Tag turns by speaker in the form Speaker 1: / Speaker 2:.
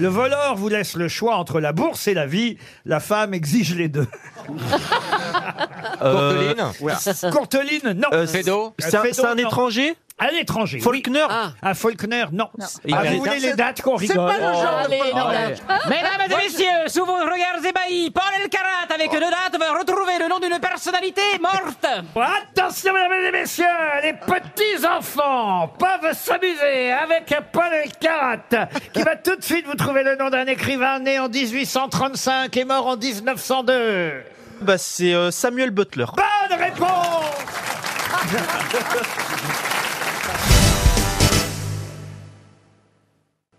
Speaker 1: Le voleur vous laisse le choix entre la bourse et la vie. La femme exige les deux.
Speaker 2: Euh,
Speaker 3: Courteline
Speaker 2: oula.
Speaker 1: Courteline, non.
Speaker 2: Euh, Fédo
Speaker 1: Euh,
Speaker 2: C'est un-
Speaker 1: Fédo,
Speaker 2: c'est un
Speaker 1: non.
Speaker 2: étranger
Speaker 1: À l'étranger. oui.
Speaker 2: Faulkner
Speaker 4: Ah.
Speaker 1: À Faulkner, non.
Speaker 2: Il
Speaker 1: Ah, vous
Speaker 2: mérite
Speaker 1: voulez
Speaker 2: un-
Speaker 1: les dates qu'on rigole
Speaker 4: Mesdames et messieurs, sous vos regards ébahis, Paul Elkarat avec deux dates va retrouver le nom d'une personnalité morte.
Speaker 1: Attention, mesdames et messieurs, les petits enfants peuvent s'amuser avec Paul Elkarat, qui va tout de suite vous trouver le nom d'un écrivain né en 1835 et mort en 1902.
Speaker 2: Bah, c'est euh, Samuel Butler.
Speaker 1: Bonne réponse